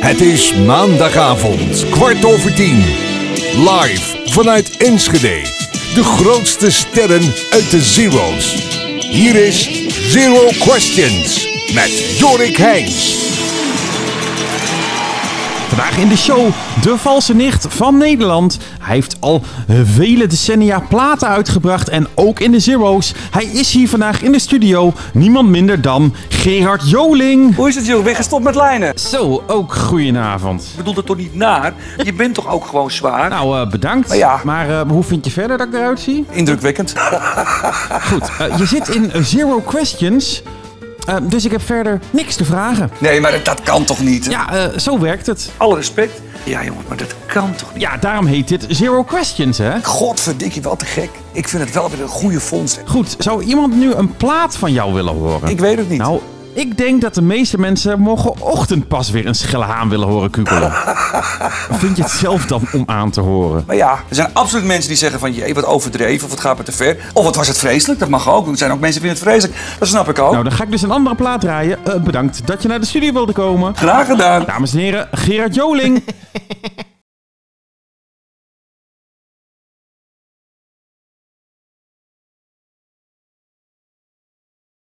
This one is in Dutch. Het is maandagavond, kwart over tien. Live vanuit Enschede. De grootste sterren uit de Zero's. Hier is Zero Questions met Jorik Heijns. Vandaag in de show de valse nicht van Nederland. Hij heeft al eh, vele decennia platen uitgebracht en ook in de Zero's. Hij is hier vandaag in de studio, niemand minder dan Gerard Joling. Hoe is het, joh? Ben je gestopt met lijnen? Zo, ook goedenavond. Ik bedoel dat toch niet naar? Je bent toch ook gewoon zwaar? Nou, eh, bedankt. Ja. Maar eh, hoe vind je verder dat ik eruit zie? Indrukwekkend. Goed, eh, je zit in Zero Questions, eh, dus ik heb verder niks te vragen. Nee, maar dat, dat kan toch niet? Ja, eh, zo werkt het. Alle respect. Ja, jongen, maar dat kan toch niet? Ja, daarom heet dit Zero Questions, hè? Godverdikkie, wat te gek. Ik vind het wel weer een goede vondst. Goed, zou iemand nu een plaat van jou willen horen? Ik weet het niet. Nou, ik denk dat de meeste mensen morgenochtend pas weer een schelle haan willen horen kukelen. Vind je het zelf dan om aan te horen? Maar ja, er zijn absoluut mensen die zeggen van... jee, wat overdreven of wat gaat me te ver. Of wat was het vreselijk, dat mag ook. Er zijn ook mensen die vinden het vreselijk. Dat snap ik ook. Nou, dan ga ik dus een andere plaat draaien. Eh, bedankt dat je naar de studio wilde komen. Graag gedaan. Dames en heren, Gerard Joling.